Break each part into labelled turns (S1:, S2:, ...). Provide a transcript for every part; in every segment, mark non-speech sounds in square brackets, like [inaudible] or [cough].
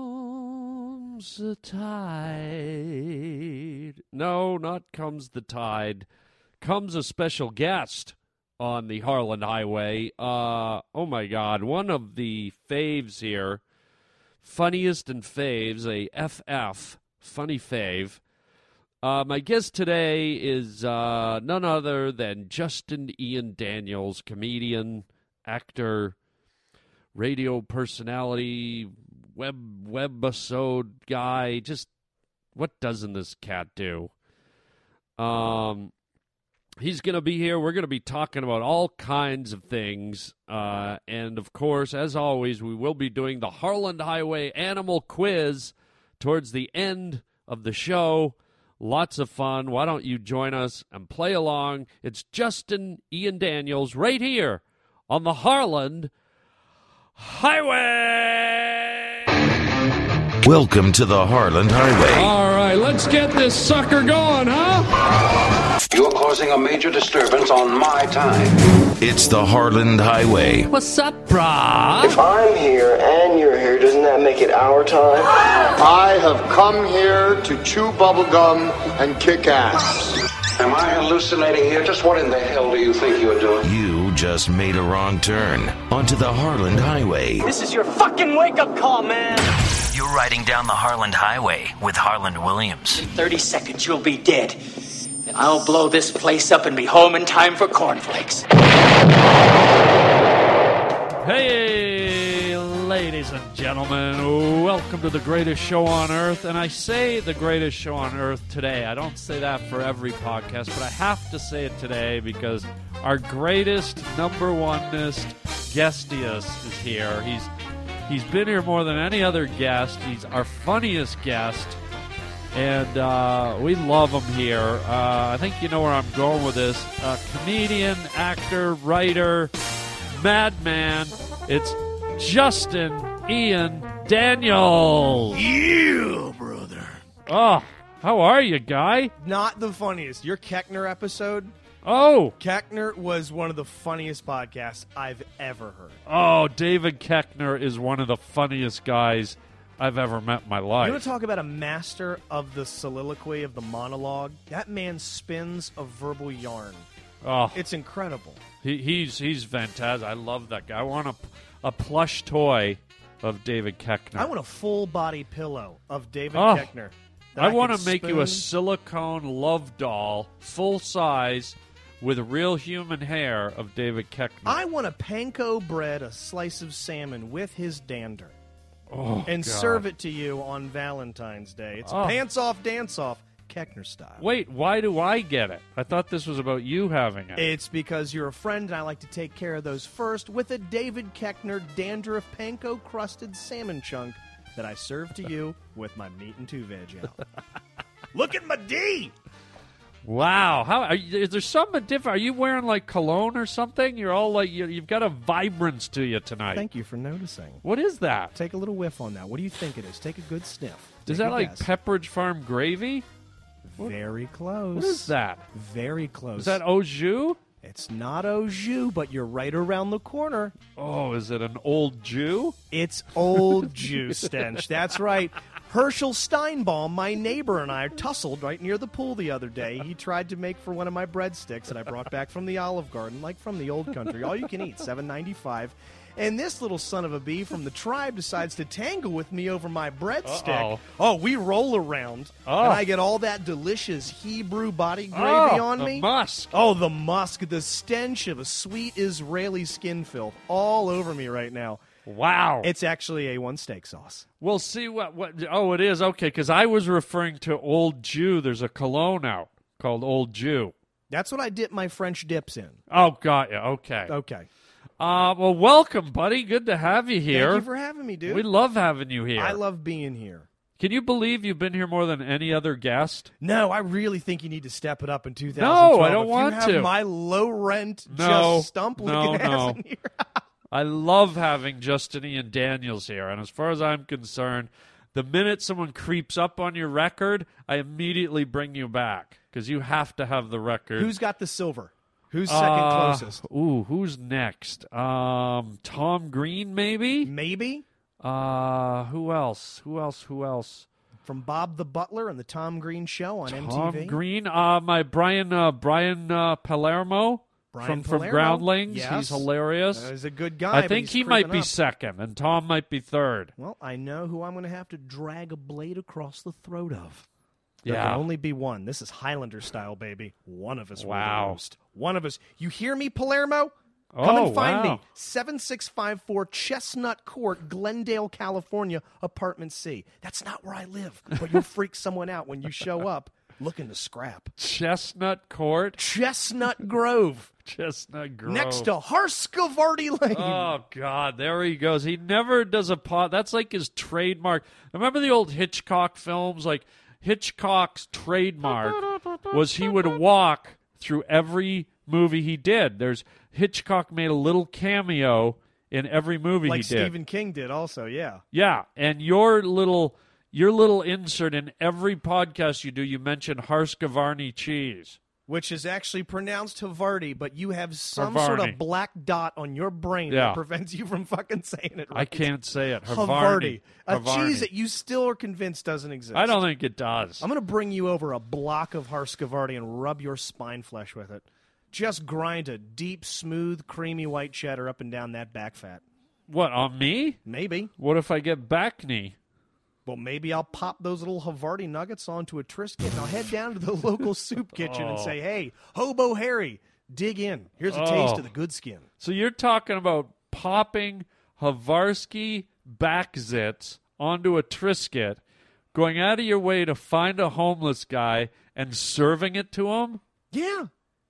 S1: Comes the tide. No, not comes the tide. Comes a special guest on the Harlan Highway. Uh, oh my God, one of the faves here, funniest and faves, a FF, funny fave. Uh, my guest today is uh, none other than Justin Ian Daniels, comedian, actor, radio personality, web webisode guy. Just what doesn't this cat do? Um, he's going to be here. We're going to be talking about all kinds of things, uh, and of course, as always, we will be doing the Harland Highway Animal Quiz towards the end of the show. Lots of fun. Why don't you join us and play along? It's Justin Ian Daniels right here on the Harland Highway.
S2: Welcome to the Harland Highway.
S1: All right, let's get this sucker going, huh?
S3: You're causing a major disturbance on my time.
S2: It's the Harland Highway.
S1: What's up, brah?
S4: If I'm here and you're here, doesn't that make it our time?
S5: I have come here to chew bubblegum and kick ass.
S3: Am I hallucinating here? Just what in the hell do you think you're doing?
S2: You just made a wrong turn onto the Harland Highway.
S6: This is your fucking wake up call, man.
S7: You're riding down the Harland Highway with Harland Williams.
S6: 30 seconds, you'll be dead. And I'll blow this place up and be home in time for cornflakes.
S1: Hey, ladies and gentlemen, welcome to the greatest show on earth. And I say the greatest show on earth today. I don't say that for every podcast, but I have to say it today because our greatest, number onest, guestiest is here. He's he's been here more than any other guest. He's our funniest guest, and uh, we love him here. Uh, I think you know where I'm going with this. Uh, comedian, actor, writer madman. It's Justin Ian Daniels. You, brother. Oh, how are you, guy?
S8: not the funniest. Your Keckner episode,
S1: Oh,
S8: Keckner was one of the funniest podcasts I've ever heard.
S1: oh, David Keckner is one of the funniest guys I've ever met in my
S8: You want
S1: life.
S8: to talk about a master of the soliloquy of the monologue? That man spins a verbal yarn.
S1: oh,
S8: It's incredible.
S1: he, he's he's fantastic. I love that guy. I want a, a plush toy of David Keckner.
S8: I want a full body pillow of David
S1: Oh.
S8: Keckner. that
S1: I
S8: could
S1: want to make you a
S8: spoon-
S1: silicone love doll, full size, with real human hair of David Keckner.
S8: I want a panko bread, a slice of salmon with his dander,
S1: Oh,
S8: and
S1: God.
S8: serve it to you on Valentine's Day. It's
S1: Oh.
S8: a pants off, dance off, Keckner style.
S1: Wait, why do I get it? I thought this was about you having it.
S8: It's because you're a friend, and I like to take care of those first with a David Keckner dandruff panko crusted salmon chunk that I serve to
S1: [laughs]
S8: you with my meat and two veg out. Look at my D.
S1: Wow, how are you, is there something different? Are you wearing like cologne or something? You're all like you, you've got a vibrance to you tonight.
S8: Thank you for noticing.
S1: what is that?
S8: Take a little whiff on that. What do you think it is? Take a good sniff.
S1: Is
S8: Take
S1: that
S8: a
S1: like
S8: guess.
S1: Pepperidge Farm gravy?
S8: Very close.
S1: What is that?
S8: Very close.
S1: Is that au jus?
S8: It's not au jus, but you're right around the corner.
S1: Oh, is it an old Jew?
S8: It's old Jew stench. That's right. Herschel Steinbaum, my neighbor, and I tussled right near the pool the other day. He tried to make for one of my breadsticks that I brought back from the Olive Garden, like from the old country. All you can eat, seven ninety five. And this little son of a bee from the tribe decides to tangle with me over my breadstick.
S1: Uh-oh.
S8: Oh, we roll around,
S1: Oh.
S8: and I get all that delicious Hebrew body gravy
S1: Oh,
S8: on
S1: the
S8: me.
S1: musk.
S8: Oh, the musk, the stench of a sweet Israeli skin filth all over me right now.
S1: Wow.
S8: It's actually A1 steak sauce.
S1: we'll see what what Oh, it is. Okay, cuz I was referring to old Jew. There's a cologne out called Old Jew.
S8: That's what I dip my French dips in.
S1: Oh, got you. Okay.
S8: Okay.
S1: Uh, well, welcome, buddy. Good to have you here.
S8: Thank you for having me, dude.
S1: we love having you here.
S8: I love being here.
S1: Can you believe you've been here more than any other guest?
S8: No, I really think you need to step it up in 2012.
S1: No, I don't
S8: If
S1: want
S8: you have
S1: to.
S8: My low rent,
S1: No,
S8: just stump
S1: no,
S8: looking ass
S1: no.
S8: in here.
S1: I love having Justin Ian Daniels here, and as far as I'm concerned, the minute someone creeps up on your record, I immediately bring you back because you have to have the record.
S8: Who's got the silver? Who's second
S1: Uh,
S8: closest? Mm.
S1: Ooh, who's next? Um, Tom Green, maybe.
S8: Maybe.
S1: Uh, who else? Who else? Who else?
S8: From Bob the Butler and the Tom Green Show on
S1: Tom
S8: MTV.
S1: Green, uh, my Brian uh, Brian uh, Palermo
S8: Brian
S1: from from
S8: Palermo.
S1: Groundlings.
S8: Yes.
S1: He's hilarious.
S8: He's a good guy.
S1: I
S8: but
S1: think
S8: he's
S1: he might
S8: creeping
S1: be
S8: up.
S1: second, and Tom might be third.
S8: Well, I know who I'm going to have to drag a blade across the throat of. There
S1: Yeah,
S8: can only be one. This is Highlander style, baby. One of us will
S1: Wow.
S8: be roast. One of us. You hear me, Palermo?
S1: Oh,
S8: Come and find
S1: wow.
S8: me. 7654 Chestnut Court, Glendale, California, apartment C. That's not where I live, but you'll freak [laughs] someone out when you show up looking to scrap.
S1: Chestnut Court, [laughs]
S8: Chestnut Grove,
S1: Chestnut Grove.
S8: next to Harskavardi Lane. [laughs]
S1: Oh God, there he goes. He never does a pot. That's like his trademark. Remember the old Hitchcock films? Like Hitchcock's trademark was he would walk through every movie he did. There's Hitchcock made a little cameo in every movie
S8: like
S1: he did.
S8: Stephen King did also, yeah.
S1: Yeah, and your little your little insert in every podcast you do, you mention Harskavarni cheese.
S8: which is actually pronounced Havarti, but you have some sort
S1: Havarti.
S8: of black dot on your brain
S1: Yeah.
S8: that prevents you from fucking saying it. Right.
S1: I can't say it.
S8: Havarti,
S1: Havarni.
S8: a
S1: Havarni.
S8: cheese that you still are convinced doesn't exist.
S1: I don't think it does.
S8: I'm going to bring you over a block of Harskavardi and rub your spine flesh with it. Just grind a deep, smooth, creamy white cheddar up and down that back fat.
S1: What on me?
S8: Maybe.
S1: What if I get back knee?
S8: Well, maybe I'll pop those little Havarti nuggets onto a Trisket and I'll head down to the local soup kitchen
S1: Oh.
S8: and say, hey, Hobo Harry, dig in. Here's a taste
S1: Oh.
S8: of the good skin.
S1: So you're talking about popping Havarsky backzits onto a Trisket, going out of your way to find a homeless guy and serving it to him?
S8: Yeah.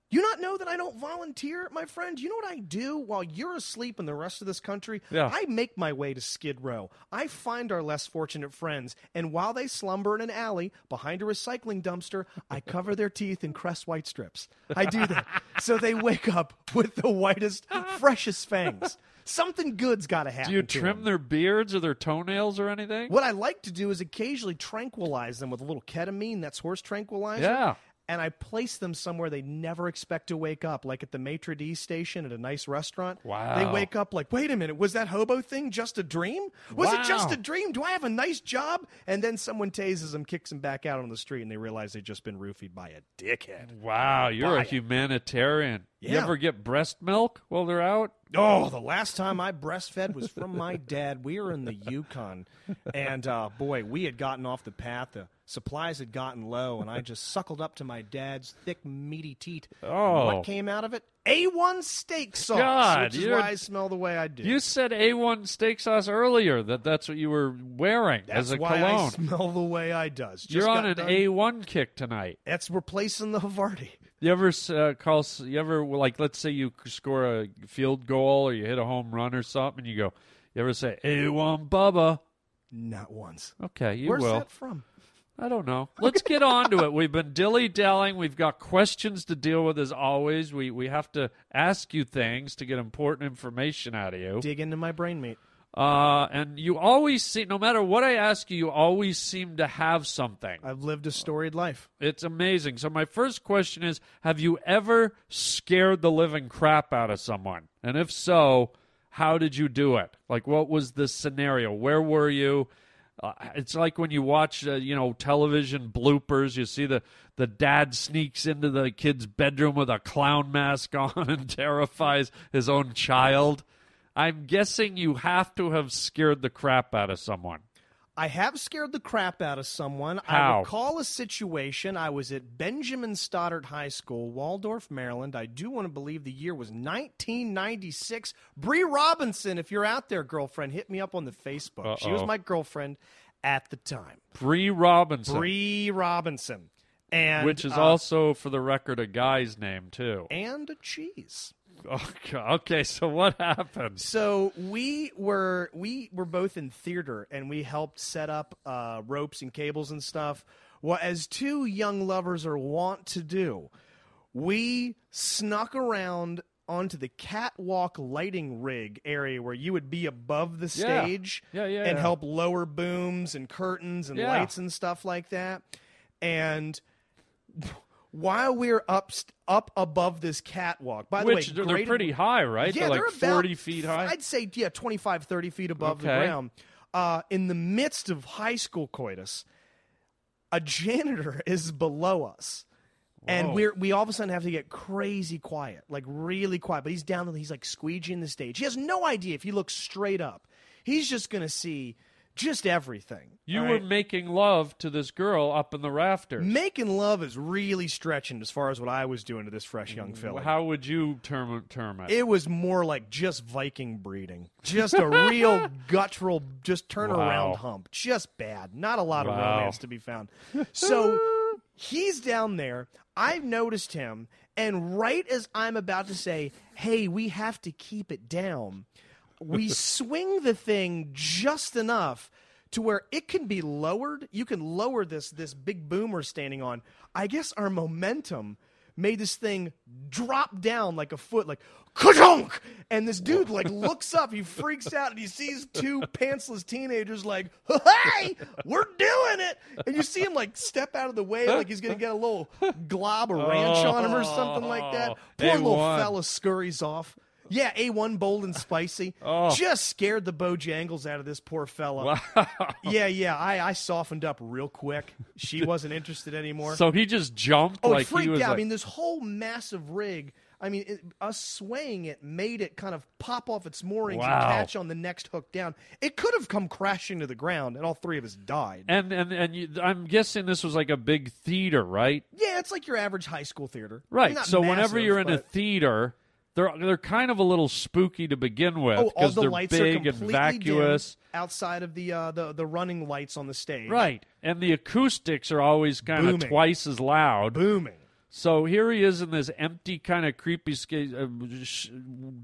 S8: You not know that I don't volunteer, my friend? You know what I do while you're asleep in the rest of this country?
S1: Yeah.
S8: I make my way to Skid Row. I find our less fortunate friends, and while they slumber in an alley behind a recycling dumpster, I cover their teeth in Crest White strips. I do that. so they wake up with the whitest, freshest fangs. Something good's got to happen.
S1: Do you
S8: to
S1: trim
S8: them.
S1: their beards or their toenails or anything?
S8: What I like to do is occasionally tranquilize them with a little ketamine, that's horse tranquilizer.
S1: Yeah.
S8: And I place them somewhere they never expect to wake up, like at the maitre d' station at a nice restaurant.
S1: Wow.
S8: They wake up like, wait a minute, was that hobo thing just a dream? Was it just
S1: Wow.
S8: a dream? Do I have a nice job? And then someone tases them, kicks them back out on the street, and they realize they've just been roofied by a dickhead.
S1: Wow, you're
S8: Buy
S1: a
S8: it.
S1: humanitarian. You
S8: Yeah.
S1: ever get breast milk while they're out?
S8: Oh, the last time I breastfed was from my dad. We were in the Yukon, and uh, boy, we had gotten off the path. The supplies had gotten low, and I just suckled up to my dad's thick, meaty teat. And
S1: Oh.
S8: what came out of it? A1 steak sauce,
S1: God,
S8: which is
S1: you're-
S8: why I smell the way I do.
S1: You said A1 steak sauce earlier that that's what you were wearing
S8: That's
S1: as a
S8: why I
S1: cologne.
S8: smell the way I does. Just
S1: You're on
S8: got
S1: an
S8: done-
S1: A1 kick tonight.
S8: That's replacing the Havarti.
S1: You ever uh, call? You ever like? Let's say you score a field goal or you hit a home run or something, and you go. You ever say A1 Bubba?
S8: Not once.
S1: Okay, you
S8: Where's
S1: will.
S8: that from?
S1: I don't know. Let's get on to it. We've been dilly dallying. We've got questions to deal with as always. We we have to ask you things to get important information out of you.
S8: Dig into my brain meat.
S1: Uh, and you always see, no matter what I ask you, you always seem to have something.
S8: I've lived a storied life.
S1: It's amazing. So, my first question is Have you ever scared the living crap out of someone? And if so, how did you do it? Like, what was the scenario? Where were you? Uh, it's like when you watch, uh, you know, television bloopers. You see the the dad sneaks into the kid's bedroom with a clown mask [laughs] on and terrifies his own child. I'm guessing you have to have scared the crap out of someone.
S8: I have scared the crap out of someone. I
S1: How?
S8: recall a situation. I was at Benjamin Stoddard High School, Waldorf, Maryland. I do want to believe the year was 1996. Bree Robinson, if you're out there, girlfriend, hit me up on the Facebook. She was
S1: Uh-oh.
S8: my girlfriend at the time.
S1: Bree Robinson,
S8: Bree Robinson. And
S1: which is
S8: uh,
S1: also, for the record, a guy's name too.
S8: and a cheese.
S1: [laughs] Okay, okay, so what happens?
S8: So we were we were both in theater and we helped set up uh, ropes and cables and stuff. Well, as two young lovers are wont to do, we snuck around onto the catwalk lighting rig area where you would be above the
S1: Yeah.
S8: stage
S1: Yeah, yeah,
S8: and
S1: yeah.
S8: help lower booms and curtains and
S1: Yeah.
S8: lights and stuff like that. And [laughs] while we're up up above this catwalk, by
S1: Which
S8: the way,
S1: they're, they're
S8: graded-
S1: pretty high, right?
S8: yeah,
S1: they're like
S8: about,
S1: forty feet high.
S8: I'd say yeah, 25, 30 feet above the
S1: Okay.
S8: ground. uh, in the midst of high school coitus, a janitor [laughs] is below us. And we're we all of a sudden have to get crazy quiet, like really quiet. But he's down and he's like squeegeeing the stage. He has no idea if he looks straight up. He's just gonna see just everything.
S1: You
S8: all
S1: were
S8: right?
S1: making love to this girl up in the rafters.
S8: making love is really stretching as far as what I was doing to this fresh young fella.
S1: How would you term term it?
S8: it was more like just Viking breeding, just a
S1: [laughs]
S8: real guttural, just turn
S1: Wow.
S8: around hump, just bad. Not a lot of
S1: Wow.
S8: romance to be found. So he's down there. I've noticed him, and right as I'm about to say, "Hey, we have to keep it down," we swing the thing just enough. To where it can be lowered, you can lower this this big boom we're standing on. I guess our momentum made this thing drop down like a foot, like ka And this dude like looks up, he freaks out, and he sees two pantsless teenagers like, "Hey, we're doing it!" And you see him like step out of the way, like he's gonna get a little glob of ranch on him or something like that. Poor
S1: Oh,
S8: little
S1: A1.
S8: fella scurries off. Yeah, A1 bold
S1: [laughs]
S8: and spicy.
S1: Oh.
S8: Just scared the Bojangles out of this poor fella.
S1: [laughs]
S8: Yeah, yeah. I, I softened up real quick. She wasn't interested anymore.
S1: So he just jumped
S8: Oh,
S1: like
S8: it freaked
S1: he was
S8: out.
S1: like,
S8: I mean, this whole massive rig. I mean, it, us swaying it made it kind of pop off its moorings
S1: Wow.
S8: and catch on the next hook down. It could have come crashing to the ground, and all three of us died.
S1: and and and you, I'm guessing this was like a big theater, right?
S8: yeah, it's like your average high school theater.
S1: Right.
S8: Not
S1: So whenever
S8: massive,
S1: you're in a
S8: but-
S1: theater, they're they're kind of a little spooky to begin with
S8: Oh, all
S1: because
S8: the
S1: they're
S8: lights are
S1: big and
S8: completely
S1: vacuous.
S8: dim outside of the, uh, the the running lights on the stage.
S1: Right. And the acoustics are always kind of
S8: Booming.
S1: twice as loud.
S8: booming.
S1: So here he is in this empty, kind of creepy sca- uh, sh-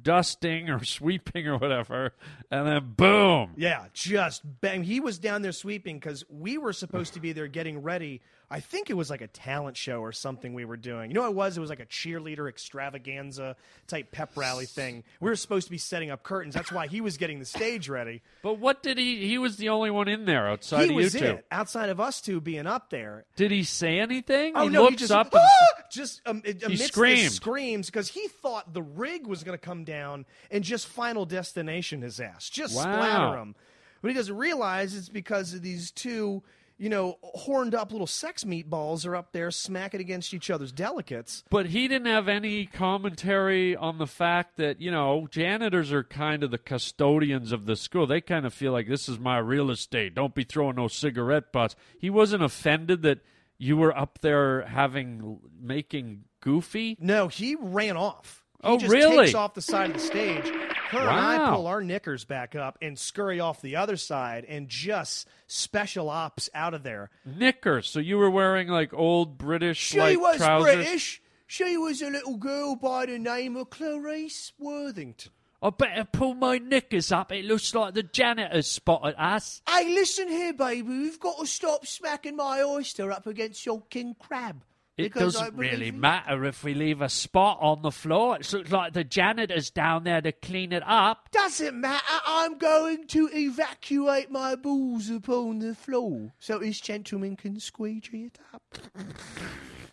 S1: dusting or [laughs] sweeping or whatever, and then boom.
S8: Yeah, just bang. He was down there sweeping because we were supposed to be there getting ready. I think it was like a talent show or something we were doing. You know what it was? It was like a cheerleader extravaganza type pep rally thing. We were supposed to be setting up curtains. That's why he was getting the stage ready.
S1: But what did he? He was the only one in there outside
S8: he
S1: of
S8: was
S1: you two.
S8: it outside of us two being up there.
S1: Did he say anything?
S8: Oh
S1: he
S8: no!
S1: looks
S8: he just
S1: up.
S8: [laughs] "Ah!"
S1: And,
S8: just um, it- amidst his
S1: screamed.
S8: screams because he thought the rig was going to come down and just final destination his ass, just
S1: Wow.
S8: splatter him. But he doesn't realize it's because of these two, you know, horned up little sex meatballs are up there smacking against each other's delicates.
S1: but he didn't have any commentary on the fact that you know janitors are kind of the custodians of the school. They kind of feel like this is my real estate. Don't be throwing no cigarette butts. He wasn't offended that you were up there having making goofy.
S8: No, he ran off. He
S1: Oh,
S8: just
S1: really?
S8: Takes off the side of the stage. Her and I
S1: Wow.
S8: pull our knickers back up and scurry off the other side and just special ops out of there.
S1: knickers. So you were wearing like old British
S8: She
S1: like,
S8: was
S1: trousers.
S8: British. She was a little girl by the name of Clarice Worthington.
S1: I better pull my knickers up. It looks like the janitor spotted us.
S8: Hey, listen here, baby. We've got to stop smacking my oyster up against your king crab.
S1: It
S8: because I
S1: doesn't
S8: believe
S1: really
S8: you-
S1: matter if we leave a spot on the floor. It looks like the janitor's down there to clean it up.
S8: Doesn't matter. I'm going to evacuate my balls upon the floor so this gentleman can squeegee it up.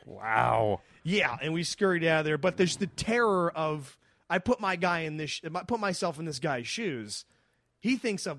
S1: Wow.
S8: Yeah, and we scurried out of there. But there's the terror of I put my guy in this, I put myself in this guy's shoes. He thinks of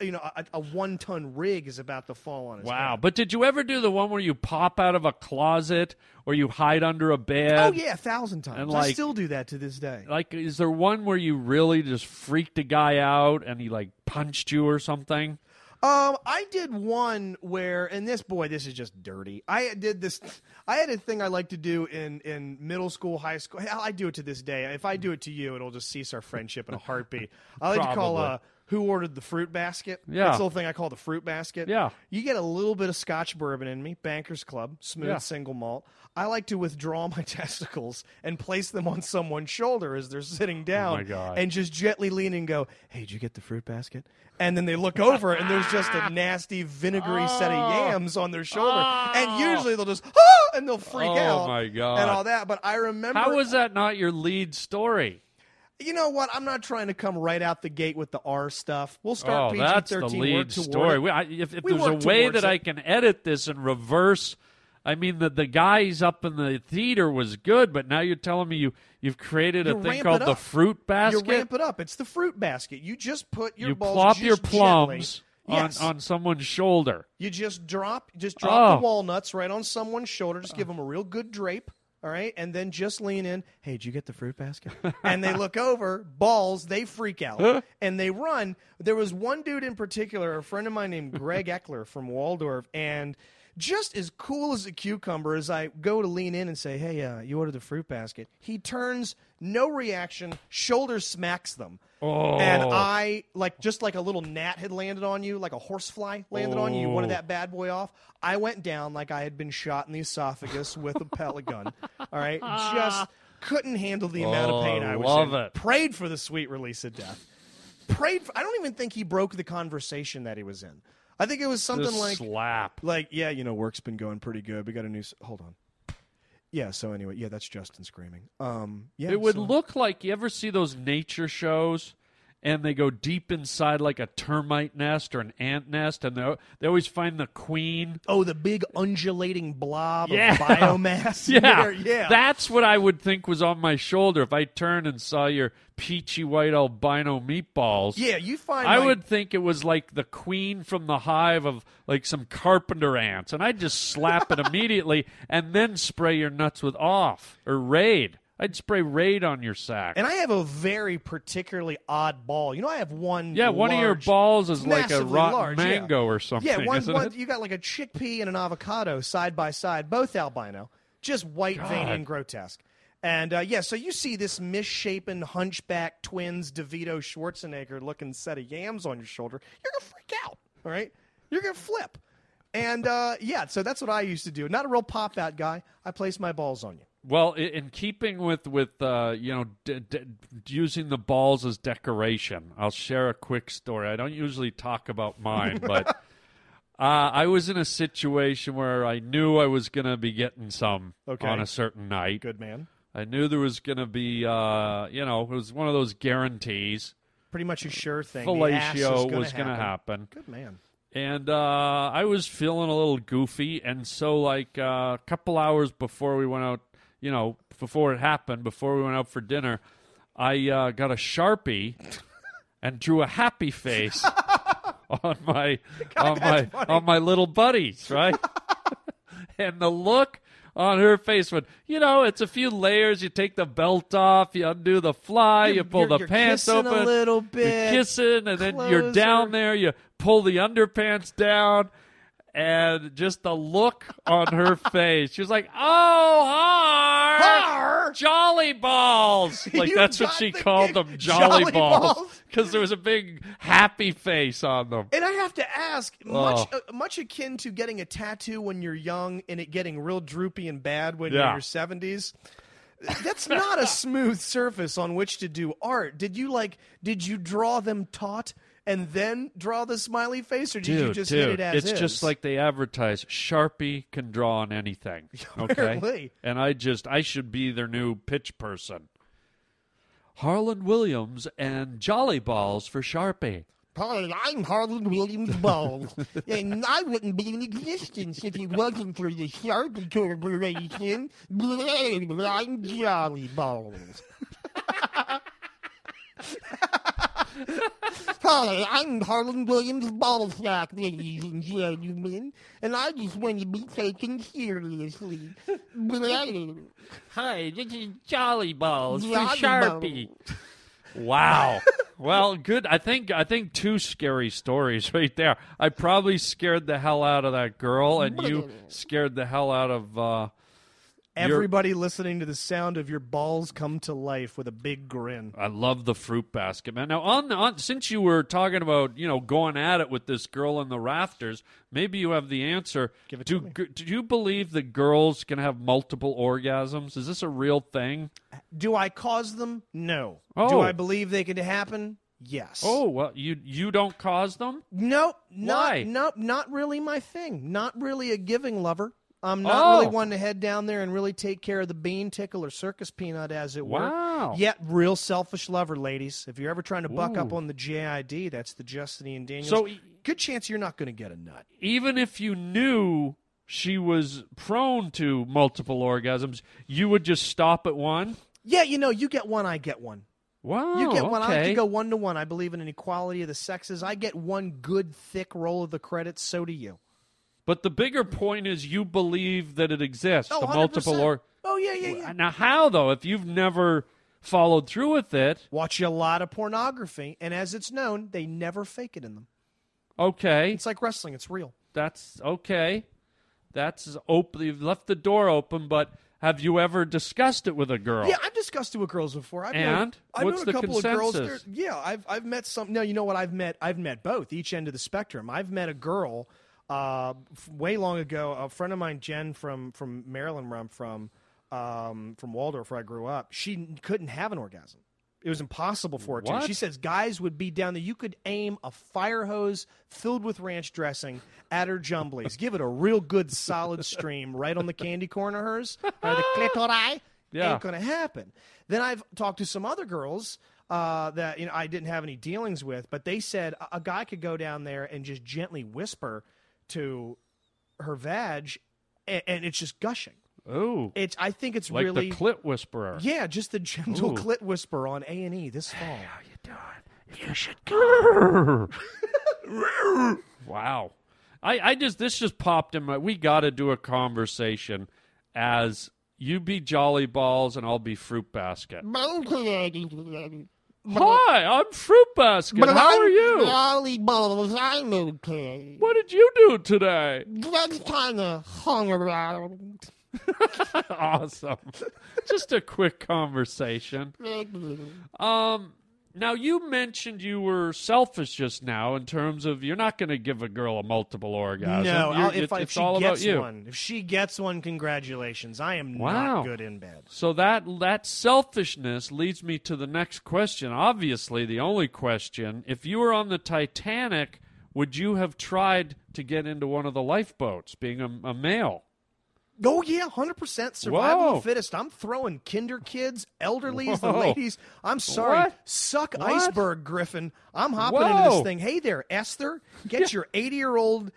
S8: you know a, a one ton rig is about to fall on his
S1: Wow.
S8: head.
S1: But did you ever do the one where you pop out of a closet or you hide under a bed?
S8: Oh yeah, a thousand times.
S1: and
S8: I
S1: like-
S8: still do that to this day.
S1: Like, is there one where you really just freaked a guy out and he like punched you or something?
S8: Um, I did one where, and this boy, this is just dirty. I did this. [laughs] I had a thing I like to do in in middle school, high school. Hell, I do it to this day. If I do it to you, it'll just cease our friendship in
S1: [laughs]
S8: a heartbeat. I like to call
S1: Probably.
S8: uh, who ordered the fruit basket.
S1: Yeah.
S8: that's the little thing I call the fruit basket.
S1: Yeah.
S8: you get a little bit of Scotch bourbon in me, Bankers Club, smooth
S1: Yeah.
S8: single malt. I like to withdraw [laughs] my testicles and place them on someone's shoulder as they're sitting down
S1: Oh my God.
S8: and just gently lean and go, "Hey, did you get the fruit basket?" And then they look over, and there's just a nasty vinegary set of
S1: Oh.
S8: yams on their shoulder, and usually they'll just "Ah!" and they'll freak
S1: Oh,
S8: out,
S1: my God.
S8: and all that. But I remember,
S1: How was that not your lead story?
S8: you know what? I'm not trying to come right out the gate with the R stuff. We'll start PG-13.
S1: Oh, that's the
S8: work
S1: lead
S8: toward
S1: story.
S8: it.
S1: We, I, if if
S8: We work
S1: there's a way
S8: towards
S1: that
S8: it.
S1: I can edit this and reverse, I mean the the guys up in the theater was good, but now you're telling me you you've created
S8: You
S1: a
S8: ramp
S1: thing
S8: it
S1: called the
S8: up.
S1: fruit
S8: You
S1: basket.
S8: ramp it up. It's the fruit basket. You just put your
S1: You
S8: balls
S1: plop
S8: just
S1: your
S8: gently-
S1: plums.
S8: Yes.
S1: on, on someone's shoulder.
S8: You just drop, just drop
S1: Oh.
S8: the walnuts right on someone's shoulder. Just give them a real good drape. All right, and then just lean in. Hey, did you get the fruit
S1: [laughs]
S8: basket? and they look over, balls. They freak out and they run. There was one dude in particular, a friend of mine named Greg Eckler from Waldorf, and just as cool as a cucumber, as I go to lean in and say, "Hey, uh, you ordered the fruit basket," he turns, no reaction, shoulder smacks them, and uh,
S1: Oh.
S8: I like just like a little gnat had landed on you, like a horsefly landed on you. You wanted
S1: Oh.
S8: that that bad boy off, I went down like I had been shot in the esophagus with a pellet gun.
S1: [laughs]
S8: All right, just couldn't handle the amount
S1: Oh,
S8: of pain I was
S1: love
S8: in.
S1: it.
S8: Prayed for the sweet release of death. Prayed. For, I don't even think he broke the conversation that he was in. I think it was something
S1: Just
S8: like
S1: Oh, slap.
S8: like yeah, you know, work's been going pretty good. We got a new. s- Hold on. Yeah. So anyway, yeah, that's Justin screaming. Um. Yeah.
S1: It would
S8: so-
S1: look like you ever see those nature shows and they go deep inside like a termite nest or an ant nest and they they always find the queen.
S8: Oh, the big undulating blob
S1: Yeah. [laughs]
S8: of biomass. in
S1: Yeah.
S8: there. yeah.
S1: That's what I would think was on my shoulder if I turned and saw your peachy white albino meatballs.
S8: yeah. You find
S1: I
S8: like-
S1: would think it was like the queen from the hive of like some carpenter ants, and I'd just slap
S8: [laughs]
S1: it immediately and then spray your nuts with off or raid. I'd spray raid on your sack.
S8: And I have a very particularly odd ball. You know, I have one.
S1: yeah, one of your
S8: large-
S1: balls is like a
S8: massively
S1: rotten
S8: large, yeah.
S1: mango or something.
S8: Yeah, one,
S1: isn't
S8: one
S1: it?
S8: you got like a chickpea and an avocado side by side, both albino, just white, veiny, and grotesque. And uh, yeah, so you see this misshapen hunchback twins DeVito Schwarzenegger looking set of yams on your shoulder, you're gonna freak out. All right, you're gonna flip. And uh, yeah, so that's what I used to do. Not a real pop out guy. I place my balls on you.
S1: Well, i- in keeping with with uh, you know d- d- using the balls as decoration, I'll share a quick story. I don't usually talk about mine,
S8: [laughs]
S1: but uh, I was in a situation where I knew I was going to be getting some
S8: Okay.
S1: on a certain night.
S8: Good man.
S1: I knew there was going to be uh, you know it was one of those guarantees.
S8: Pretty much a sure thing. The ass is
S1: Fellatio
S8: gonna
S1: was going to happen
S8: Good man.
S1: and uh, I was feeling a little goofy, and so like uh, a couple hours before we went out, you know, before it happened, before we went out for dinner, I uh, got a sharpie and drew a happy
S8: [laughs]
S1: face on my on my on my little buddies,
S8: [laughs]
S1: right? and the look on her face when you know it's a few layers you take the belt off you undo the fly you
S8: You're-
S1: pull
S8: you're-
S1: the
S8: you're
S1: pants
S8: kissing a
S1: open
S8: little
S1: you're
S8: bit,
S1: kissing and then you're down
S8: closer.
S1: there you pull the underpants down and just the look on her [laughs] face she was like oh har,
S8: Har!
S1: jolly balls [laughs] like
S8: You
S1: that's what
S8: got
S1: she
S8: the
S1: called
S8: gig. [laughs]
S1: them jolly,
S8: Jolly
S1: balls
S8: balls.
S1: because there was a big happy face on them
S8: And I have to ask, much uh, much akin to getting a tattoo when you're young and it getting real droopy and bad when you're
S1: Yeah.
S8: in your seventies. That's not a smooth surface on which to do art. Did you like? Did you draw them taut and then draw the smiley face, or did you just hit it as
S1: it's
S8: is?
S1: just like they advertise. Sharpie can draw on
S8: [laughs]
S1: anything. Okay,
S8: Really?
S1: and I just I should be their new pitch person. Harlan Williams and Jolly Balls for Sharpie.
S8: I'm Harlan Williams Ball, and I wouldn't be in existence if it wasn't for the Sharpie Corporation. I'm Jolly Balls. Hi, I'm Harlan Williams Ballsack, ladies and gentlemen, and I just want to be taken seriously.
S1: Hi, this is Jolly Balls
S8: for Jolly Sharpie.
S1: [laughs] Wow. well, good. I think I think two scary stories [laughs] right there. I probably scared the hell out of that girl, and you scared the hell out of. Uh,
S8: Everybody listening to the sound of your balls come to life with a big grin.
S1: I love the fruit basket, man. Now, on, on since you were talking about you know going at it with this girl in the rafters, maybe you have the answer. Give it do, to me. do you believe that girls can have multiple orgasms? Is this a real thing?
S8: Do I cause them? No.
S1: Oh.
S8: Do I believe they could happen? Yes.
S1: Oh well, you you don't cause them.
S8: nope. Not,
S1: Why?
S8: Nope. Not really my thing. Not really a giving lover. I'm not
S1: Oh.
S8: really one to head down there and really take care of the bean tickle or circus peanut, as it
S1: Wow.
S8: were. Yet, real selfish lover, ladies. If you're ever trying to buck up
S1: Ooh.
S8: on the JID, that's the Justin and Daniels.
S1: So-
S8: good chance you're not going to get a nut.
S1: Even if you knew she was prone to multiple orgasms, you would just stop at one.
S8: Yeah, you know, you get one, I get one.
S1: Wow.
S8: You get one. I like
S1: Oh, okay.
S8: to go one to one. I believe in an equality of the sexes. I get one good thick roll of the credits. So do you.
S1: But the bigger point is you believe that it exists.
S8: Oh,
S1: the multiple
S8: 100%.
S1: or
S8: Oh yeah, yeah, yeah.
S1: now how though? If you've never followed through with it,
S8: Watch a lot of pornography, and as it's known, they never fake it in them.
S1: okay,
S8: It's like wrestling. It's real.
S1: that's okay. That's open. You've left the door open, but have you ever discussed it with a girl?
S8: Yeah, I've discussed it with girls before. I've known,
S1: And?
S8: I've
S1: What's
S8: known a
S1: the
S8: couple of girls.
S1: consensus?
S8: They're- Yeah, I've I've met some. No, you know what? I've met I've met both each end of the spectrum. I've met a girl uh, f- way long ago. A friend of mine, Jen from from Maryland, where I'm from, um, from Waldorf, where I grew up. She n- couldn't have an orgasm. It was impossible for her
S1: What?
S8: to. She says guys would be down there. You could aim a fire hose filled with ranch dressing at her jumblies. Give it a real good solid stream right on the candy corn of hers or the clitoris.
S1: Yeah.
S8: Ain't gonna happen. Then I've talked to some other girls uh, that you know I didn't have any dealings with, but they said a, a guy could go down there and just gently whisper to her vag, and, and it's just gushing.
S1: Ooh,
S8: It's I think it's
S1: like
S8: really
S1: the clit whisperer.
S8: yeah, just the gentle
S1: Ooh.
S8: clit whisper on A and E this fall.
S1: [laughs] Wow. I, I just this just popped in my we gotta do a conversation as you be jolly balls and I'll be fruit basket. Hi, I'm fruit basket. How are you?
S9: Volleyballs, I'm okay.
S1: What did you do today?
S9: Just kind of hung around.
S1: [laughs] awesome. just a quick conversation. Um now you mentioned you were selfish just now in terms of you're not going to give a girl a multiple orgasm.
S8: No,
S1: You're-
S8: I'll- if,
S1: it-
S8: I- if
S1: it's
S8: she
S1: all
S8: gets
S1: about you.
S8: one, if she gets one, congratulations. I am
S1: Wow.
S8: not good in bed.
S1: So that that selfishness leads me to the next question. Obviously, the only question: If you were on the Titanic, would you have tried to get into one of the lifeboats, being a, a male?
S8: Oh yeah, hundred percent survival of
S1: Whoa.
S8: the fittest. I'm throwing kinder kids, elderlies, the
S1: Whoa.
S8: ladies. I'm sorry,
S1: What?
S8: suck
S1: What?
S8: iceberg Griffin. I'm hopping into
S1: Whoa.
S8: this thing. Hey there, Esther, get your eighty year old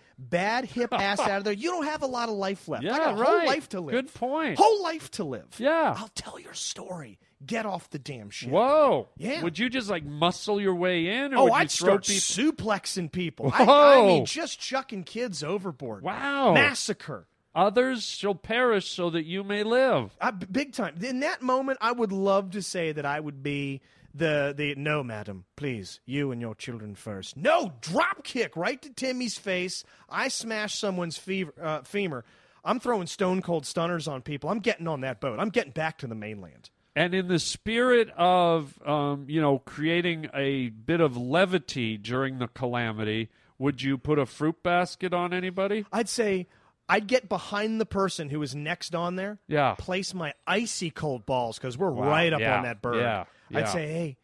S1: [laughs]
S8: bad hip ass out of there. You don't have a lot of life left. I
S1: Yeah,
S8: got a
S1: right.
S8: whole life to live.
S1: Good point.
S8: Whole life to live.
S1: Yeah.
S8: I'll tell your story. Get off the damn shit.
S1: Whoa!
S8: Yeah.
S1: Would you just like muscle your way in, or
S8: Oh,
S1: would you
S8: I'd
S1: throw
S8: start
S1: people?
S8: suplexing people. I, I
S1: Whoa.
S8: mean, just chucking kids overboard.
S1: Wow.
S8: Massacre.
S1: Others shall perish, so that you may live.
S8: I, b- big time. In that moment, I would love to say that I would be the the no, madam, please, you and your children first. No drop kick right to Timmy's face. I smash someone's fever, uh, femur. I'm throwing stone cold stunners on people. I'm getting on that boat. I'm getting back to the mainland.
S1: And in the spirit of, um, you know, creating a bit of levity during the calamity, would you put a fruit basket on anybody?
S8: I'd say I'd get behind the person who is next on there.
S1: Yeah.
S8: Place my icy cold balls because we're
S1: Wow,
S8: right up
S1: yeah,
S8: on that bird.
S1: yeah, yeah.
S8: I'd say, hey,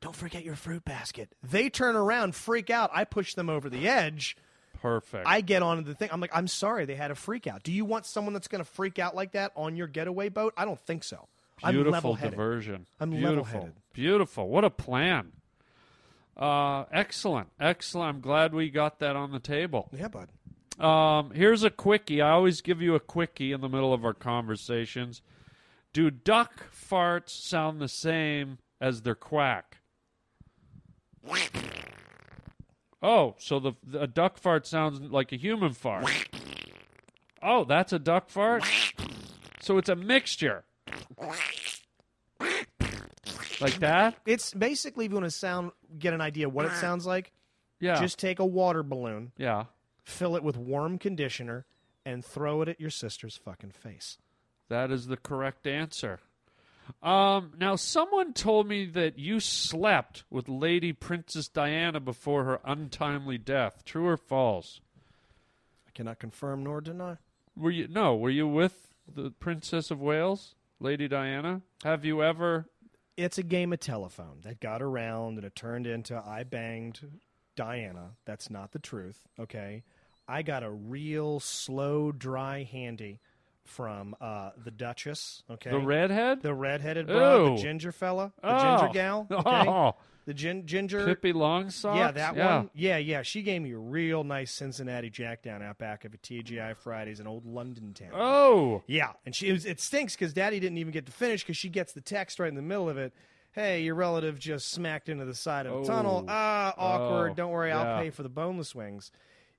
S8: don't forget your fruit basket. They turn around, freak out. I push them over the edge.
S1: Perfect.
S8: I get onto the thing. I'm like, I'm sorry, they had a freak out. Do you want someone that's going to freak out like that on your getaway boat? I don't think so. I'm
S1: Beautiful
S8: level-headed.
S1: diversion.
S8: I'm
S1: Beautiful.
S8: level-headed.
S1: Beautiful. What a plan. Uh, excellent. Excellent. I'm glad we got that on the table.
S8: Yeah, bud.
S1: Um, here's a quickie. I always give you a quickie in the middle of our conversations. Do duck farts sound the same as their quack? Oh, so the, the a duck fart sounds like a human fart. Oh, that's a duck fart. So it's a mixture. Like that?
S8: It's basically if you want to sound, get an
S1: [clears throat]
S8: idea what it sounds like.
S1: Yeah.
S8: Just take a water balloon,
S1: yeah.
S8: fill it with warm conditioner, and throw it at your sister's fucking face.
S1: That is the correct answer. Um, now, someone told me that you slept with Lady Princess Diana before her untimely death. True or false?
S8: I cannot confirm nor deny.
S1: Were you no? Were you with the Princess of Wales, Lady Diana? Have you ever?
S8: It's a game of telephone that got around and it turned into I banged Diana. That's not the truth, okay? I got a real slow, dry handy from uh, the Duchess, okay?
S1: The redhead?
S8: The redheaded bro,
S1: Ew.
S8: the ginger fella, the
S1: Oh.
S8: ginger gal,
S1: [laughs]
S8: okay?
S1: Oh.
S8: The gin- ginger
S1: Pippi Longsock?
S8: Yeah, that one. Yeah, yeah. She gave me a real nice Cincinnati Jack down out back of a TGI Fridays in old London town.
S1: Oh,
S8: Yeah, and she it, was, it stinks because Daddy didn't even get to finish because she gets the text right in the middle of it, hey, your relative just smacked into the side of a
S1: Oh.
S8: tunnel. Ah, awkward.
S1: Oh,
S8: Don't worry,
S1: yeah.
S8: I'll pay for the boneless wings.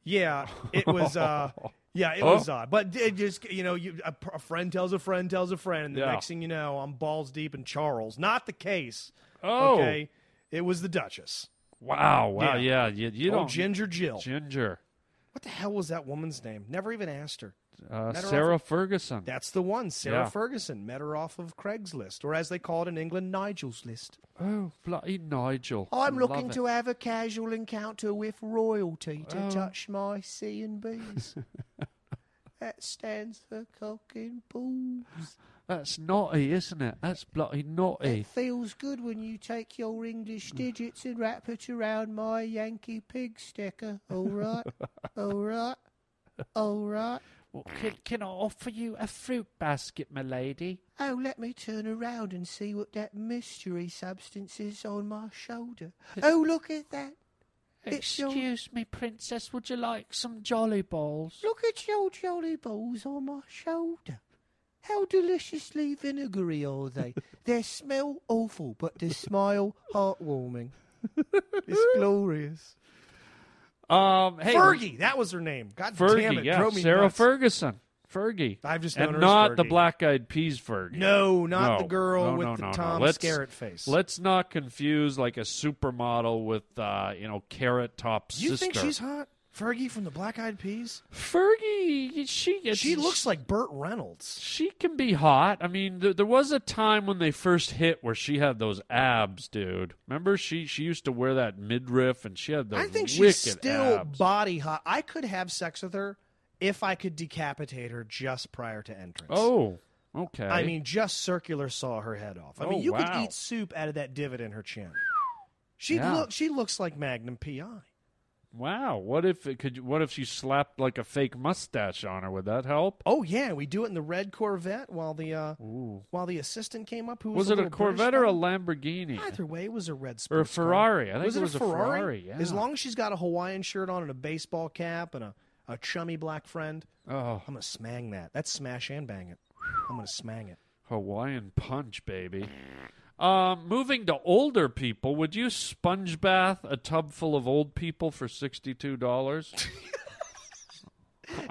S8: Yeah,
S1: [laughs]
S8: it was. Uh, yeah, it was odd. But it just you know, you, a, a friend tells a friend tells a friend, and the
S1: Yeah.
S8: next thing you know, I'm balls deep in Charles. Not the case.
S1: Oh,
S8: Okay, it was the Duchess.
S1: wow, wow, yeah.
S8: Yeah.
S1: You, you
S8: Oh,
S1: don't
S8: Ginger Jill.
S1: Ginger.
S8: what the hell was that woman's name? Never even asked her.
S1: Uh,
S8: Matter of-
S1: Sarah Ferguson.
S8: That's the one, Sarah
S1: Yeah.
S8: Ferguson. Met her off of Craigslist, or as they call it in England, Nigel's List.
S1: Oh, bloody Nigel!
S10: I'm
S1: Love
S10: looking
S1: it.
S10: to have a casual encounter with royalty to
S8: Oh.
S10: touch my C and B's. [laughs] that stands for cock and balls.
S1: That's naughty, isn't it? That's bloody naughty.
S10: It feels good when you take your
S8: [laughs]
S10: English digits and wrap it around my Yankee pig sticker. All
S8: [laughs]
S10: right, all right, all right.
S1: Well, can, can I offer you a fruit basket, my lady?
S10: Oh, let me turn around and see what that mystery substance is on my shoulder. Oh, look at that. It's your-
S1: me, princess. Would you like some jolly balls?
S10: Look at your jolly balls on my shoulder. How deliciously vinegary are they? Their smell awful, but the smile heartwarming. It's glorious.
S1: Um, hey,
S8: Fergie, that was her name. God
S1: Fergie,
S8: damn it,
S1: yeah,
S8: drove me
S1: Sarah
S8: nuts.
S1: Ferguson, Fergie.
S8: I've just
S1: and
S8: known her as
S1: not the
S8: Fergie.
S1: black-eyed peas Fergie.
S8: No, not
S1: No,
S8: the girl
S1: no,
S8: with
S1: no,
S8: the
S1: no, no.
S8: Tom
S1: Let's-
S8: Skerritt face.
S1: Let's not confuse like a supermodel with uh, you know carrot top
S8: you
S1: sister.
S8: think she's hot? Fergie from the Black Eyed Peas?
S1: Fergie? She it's-
S8: She looks like Burt Reynolds.
S1: She can be hot. I mean, th- there was a time when they first hit where she had those abs, dude. Remember, she she used to wear that midriff, and she had those.
S8: I think
S1: wicked
S8: she's still
S1: abs.
S8: body hot. I could have sex with her if I could decapitate her just prior to entrance.
S1: Oh, okay.
S8: I mean, just circular saw her head off. I
S1: Oh,
S8: mean, you
S1: wow.
S8: could eat soup out of that divot in her chin. She
S1: Yeah.
S8: look. She looks like Magnum PI.
S1: wow. What if it could? What if she slapped like a fake mustache on her? Would that help?
S8: Oh yeah, we do it in the red Corvette while the uh,
S1: Ooh.
S8: while the assistant came up. Who was,
S1: Was it a
S8: little British
S1: Corvette or a
S8: fella.
S1: Lamborghini?
S8: Either way, it was a red
S1: Or a
S8: sports car.
S1: Ferrari. I think
S8: was
S1: it
S8: it,
S1: was a
S8: a Ferrari?
S1: Ferrari, yeah.
S8: As long as she's got a Hawaiian shirt on and a baseball cap and a, a chummy black friend,
S1: Oh,
S8: I'm gonna smang that. That's smash and bang it. I'm gonna smang it.
S1: Hawaiian punch, baby. Um, moving to older people, would you sponge bath a tub full of old people for sixty-two dollars?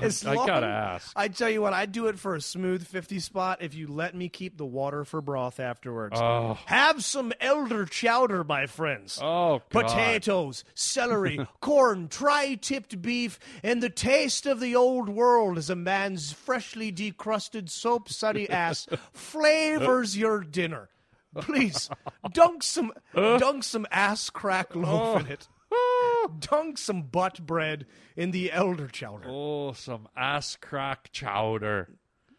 S8: As
S1: I
S8: long-
S1: gotta ask.
S8: I tell you what, I'd do it for a smooth 50 spot if you let me keep the water for broth afterwards.
S1: Oh.
S8: Have some elder chowder, my friends.
S1: Oh, God.
S8: Potatoes,
S1: [laughs]
S8: celery, corn, tri tipped beef, and the taste of the old world as a man's freshly decrusted soap suddy ass flavors your dinner. Please dunk some dunk some ass crack
S1: Oh.
S8: loaf in it. Dunk some butt bread in the elder
S1: [laughs]
S8: chowder.
S1: Oh, some ass crack chowder.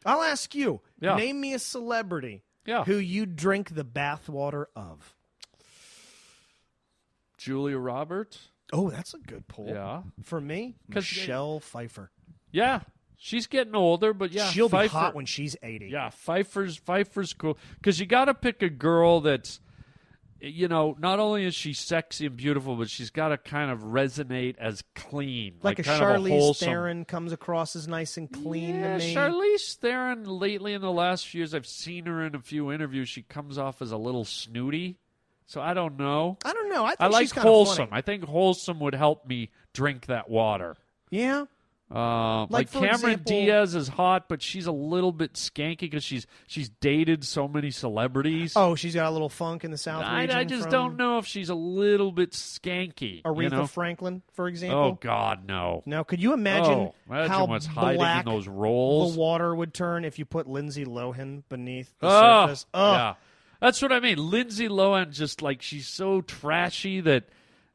S8: I'll ask you.
S1: Yeah.
S8: Name me a celebrity
S1: Yeah.
S8: who you drink the bathwater of.
S1: Julia Roberts.
S8: Oh, that's a good pull.
S1: Yeah.
S8: For me,
S1: 'Cause they-
S8: Michelle Pfeiffer.
S1: Yeah, she's getting older, but yeah,
S8: She'll be
S1: Pfeiffer-
S8: hot when she's 80.
S1: Yeah, Pfeiffer's Pfeiffer's cool because you got to pick a girl that's, you know, not only is she sexy and beautiful, but she's got to kind of resonate as clean,
S8: Like, a
S1: kind of a
S8: Charlize
S1: wholesome.
S8: Theron comes across as nice and clean
S1: Yeah,
S8: to me.
S1: Charlize Theron. Lately, in the last few years, I've seen her in a few interviews. She comes off as a little snooty, so I don't know.
S8: I don't know. I, think
S1: I like
S8: she's kinda
S1: wholesome.
S8: funny.
S1: I think wholesome would help me drink that water.
S8: Yeah.
S1: Um,
S8: Like,
S1: like,
S8: for
S1: Cameron
S8: example-
S1: Diaz is hot, but she's a little bit skanky because she's she's dated so many celebrities.
S8: Oh, she's got a little funk in the South
S1: I,
S8: region
S1: I just
S8: from
S1: don't know if she's a little bit skanky.
S8: Aretha
S1: you know?
S8: Franklin, for example.
S1: Oh God, no!
S8: Now, could you imagine,
S1: Oh, imagine
S8: how
S1: what's
S8: black
S1: hiding in those rolls.
S8: the water would turn if you put Lindsay Lohan beneath the
S1: Ugh,
S8: surface? Ah. Ugh.
S1: Ah, yeah, that's what I mean. Lindsay Lohan just like she's so trashy that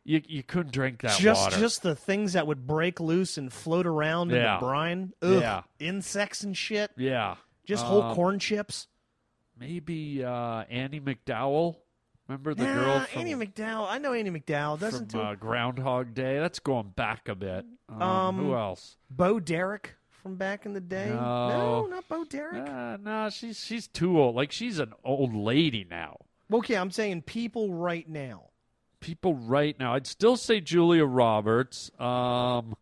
S1: you you couldn't drink that
S8: just
S1: water.
S8: just the things that would break loose and float around
S1: Yeah.
S8: in the brine. Ugh.
S1: Yeah.
S8: Insects and shit.
S1: yeah,
S8: Just whole
S1: Um,
S8: corn chips.
S1: Maybe uh, Annie McDowell. Remember the
S8: nah,
S1: girl from
S8: Annie McDowell. I know Annie McDowell doesn't
S1: from
S8: do
S1: uh, Groundhog Day. That's going back a bit. Um,
S8: Um,
S1: who else?
S8: Bo Derek from back in the day.
S1: No.
S8: not Bo Derek.
S1: Uh, no, she's she's too old. Like she's an old lady now.
S8: Okay, I'm saying people right now.
S1: People right now, I'd still say Julia Roberts. Um,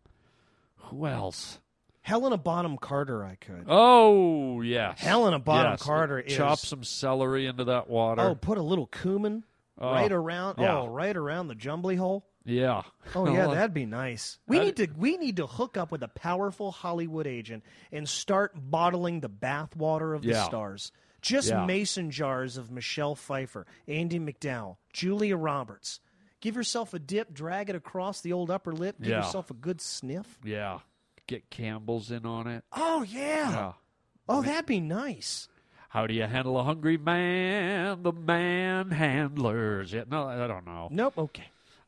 S1: who else?
S8: Helena Bonham Carter, I could.
S1: Oh yes,
S8: Helena Bonham
S1: Yes.
S8: Carter is
S1: chop some celery into that water.
S8: Oh, put a little cumin
S1: Oh,
S8: right around.
S1: yeah.
S8: Oh, right around the jumbly hole.
S1: yeah.
S8: Oh
S1: I
S8: yeah,
S1: like-
S8: that'd be nice. We
S1: That-
S8: need to we need to hook up with a powerful Hollywood agent and start bottling the bathwater of the
S1: Yeah.
S8: stars. Just
S1: Yeah.
S8: mason jars of Michelle Pfeiffer, Andy McDowell, Julia Roberts. Give yourself a dip, drag it across the old upper lip, give
S1: Yeah.
S8: yourself a good sniff.
S1: yeah. Get Campbell's in on it.
S8: Oh yeah.
S1: Yeah.
S8: Oh, that'd be nice.
S1: How do you handle a hungry man? The man handlers. Yeah, no, I don't know.
S8: Nope, okay.